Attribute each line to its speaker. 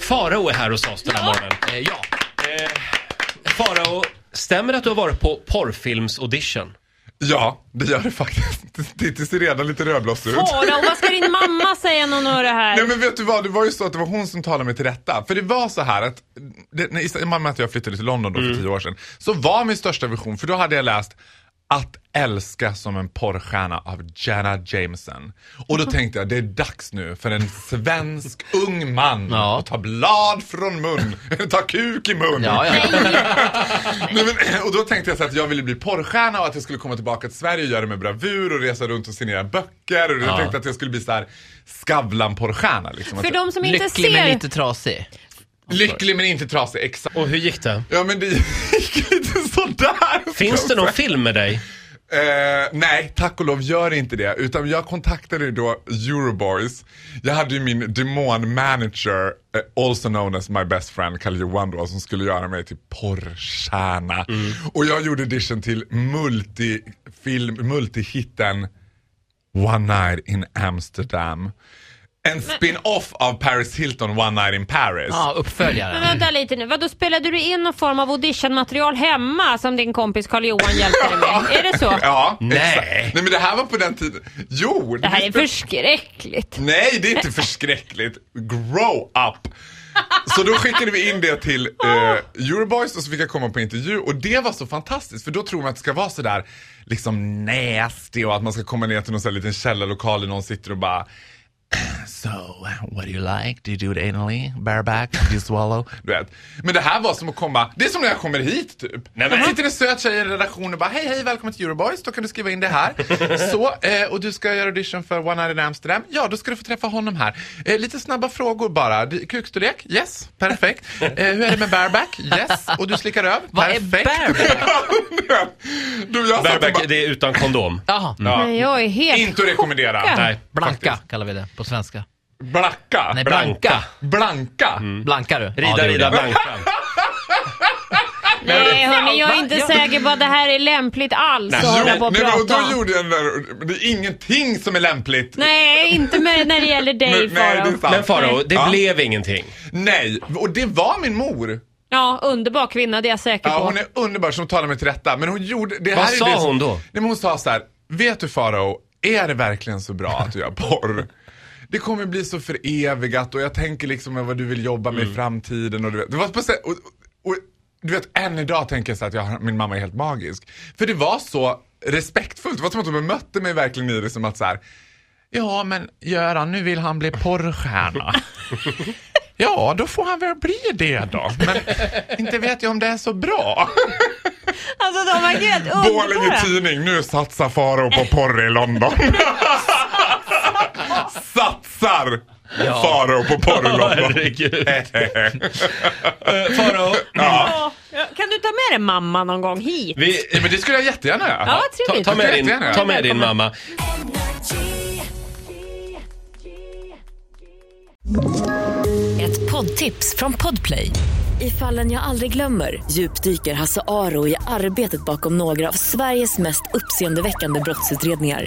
Speaker 1: Farao är här hos oss den här morgonen. Eh, ja. Eh, Farao, stämmer det att du har varit på porrfilms-audition?
Speaker 2: Ja, det gör det faktiskt. Titti ser redan lite rödblåst ut.
Speaker 3: Farao, vad ska din mamma säga när hon hör det här?
Speaker 2: Nej men vet du vad, det var ju så att det var hon som talade mig till rätta. För det var så här att, det, när i samband med att jag flyttade till London då
Speaker 4: Mm.
Speaker 2: för tio år sedan, så var min största vision, för då hade jag läst att älska som en porrstjärna av Jana Jameson. Och då tänkte jag, det är dags nu för en svensk ung man
Speaker 4: Ja.
Speaker 2: att ta blad från mun, ta kuk i mun.
Speaker 4: Ja, ja.
Speaker 2: Nej, men, och då tänkte jag så att jag ville bli porrstjärna och att jag skulle komma tillbaka till Sverige och göra det med bravur och resa runt och signera böcker. Och Jag tänkte att jag skulle bli så här Skavlan-porrstjärna. Liksom.
Speaker 3: För
Speaker 2: Att-
Speaker 3: de som inte
Speaker 4: Lycklig men
Speaker 3: ser.
Speaker 4: lite trasig.
Speaker 2: Lycklig men inte trasig, exakt.
Speaker 1: Och hur gick det?
Speaker 2: Ja men det gick lite sådär.
Speaker 1: Finns det någon film med dig?
Speaker 2: Eh, nej, tack och lov gör inte det. Utan jag kontaktade ju då Euroboys. Jag hade ju min demonmanager, eh, also known as my best friend, Karl Johan då, som skulle göra mig till porrstjärna. Och jag gjorde audition till multifilm, multihitten One Night in Amsterdam. En spin-off av Paris Hilton, One Night in Paris.
Speaker 4: Ja, uppföljaren.
Speaker 3: Vänta lite nu, vadå spelade du in någon form av auditionmaterial hemma som din kompis Carl-Johan hjälpte dig med? Är det så?
Speaker 2: Ja,
Speaker 1: Nej.
Speaker 2: exakt. Nej men det här var på den tiden. Jo!
Speaker 3: Det här är
Speaker 2: visste-
Speaker 3: förskräckligt.
Speaker 2: Nej, det är inte förskräckligt. Grow up! Så då skickade vi in det till eh, Euroboys och så fick jag komma på intervju och det var så fantastiskt för då tror man att det ska vara sådär liksom nasty och att man ska komma ner till någon sån här liten källarlokal där någon sitter och bara So, what do you like? Do you do it anally? Bareback? Do you swallow? Du vet. Men det här var som att komma, det är som när jag kommer hit typ. Nej, men. sitter en söt tjej i en redaktion och bara hej hej välkommen till Euroboys, då kan du skriva in det här. Så, eh, och du ska göra audition för One Night in Amsterdam, ja då ska du få träffa honom här. Eh, lite snabba frågor bara, D- kukstorlek? Yes, perfekt. Eh, hur är det med bareback? Yes, och du slickar öv?
Speaker 4: Vad är
Speaker 2: perfekt.
Speaker 4: bareback?
Speaker 2: du, jag
Speaker 4: Alltså,
Speaker 2: satt och
Speaker 1: Bareback,
Speaker 2: bara,
Speaker 1: det är utan kondom.
Speaker 4: Jaha,
Speaker 3: Men jag är helt
Speaker 2: inte att rekommendera.
Speaker 3: chockad.
Speaker 1: Nej.
Speaker 4: blanka kallar vi det på svenska.
Speaker 2: Blacka.
Speaker 4: Nej,
Speaker 1: Blanka.
Speaker 4: blanka.
Speaker 2: Blanka.
Speaker 4: Blanka du. Ja,
Speaker 1: Rida,
Speaker 4: det gjorde
Speaker 1: rida,
Speaker 4: jag.
Speaker 1: blanka.
Speaker 3: Nej hörni, jag är inte
Speaker 4: Ja.
Speaker 3: säker på att det här är lämpligt alls att
Speaker 2: Jo,
Speaker 3: hålla på och
Speaker 2: nej, men och
Speaker 3: prata
Speaker 2: då
Speaker 3: om.
Speaker 2: gjorde jag den där, men det är ingenting som är lämpligt.
Speaker 3: Nej, inte med, när det gäller dig
Speaker 2: Men- nej, det är
Speaker 3: Farao.
Speaker 2: sant.
Speaker 1: Men Farao, det
Speaker 2: Ja.
Speaker 1: blev ingenting.
Speaker 2: Nej, och det var min mor.
Speaker 3: Ja, underbar kvinna, det är jag säker
Speaker 2: Ja,
Speaker 3: på.
Speaker 2: hon är underbar som talar mig till rätta. Men hon gjorde, det
Speaker 1: Vad
Speaker 2: här
Speaker 1: sa
Speaker 2: är det som,
Speaker 1: hon då?
Speaker 2: Nej, men hon sa så här, vet du Farao, är det verkligen så bra att du gör porr? Det kommer bli så förevigat och jag tänker liksom vad du vill jobba med
Speaker 1: Mm.
Speaker 2: i framtiden och du vet. Det var på sä- och, och, du vet, än idag tänker jag så här att jag, har- min mamma är helt magisk. För det var så respektfullt, det var som att hon bemötte mig verkligen i det som att så här, Ja, men Göran, nu vill han bli porrstjärna. Ja, då får han väl bli det då. Men inte vet jag om det är så bra.
Speaker 3: Alltså de var helt
Speaker 2: Borlänge
Speaker 3: underbara.
Speaker 2: Tidning, nu satsar Faro på porr i London. satsar Faro på porr i London.
Speaker 1: Herregud. Eh, Farao,
Speaker 3: Ja. Kan du ta med dig mamma någon gång hit?
Speaker 1: vi,
Speaker 2: Ja, men det skulle jag jättegärna göra.
Speaker 3: Ja,
Speaker 1: ta,
Speaker 3: trevligt.
Speaker 1: ta, med din, ta med din mamma.
Speaker 5: Ett poddtips från Podplay. I fallen jag aldrig glömmer djupdyker Hasse Aro i arbetet bakom några av Sveriges mest uppseendeväckande brottsutredningar.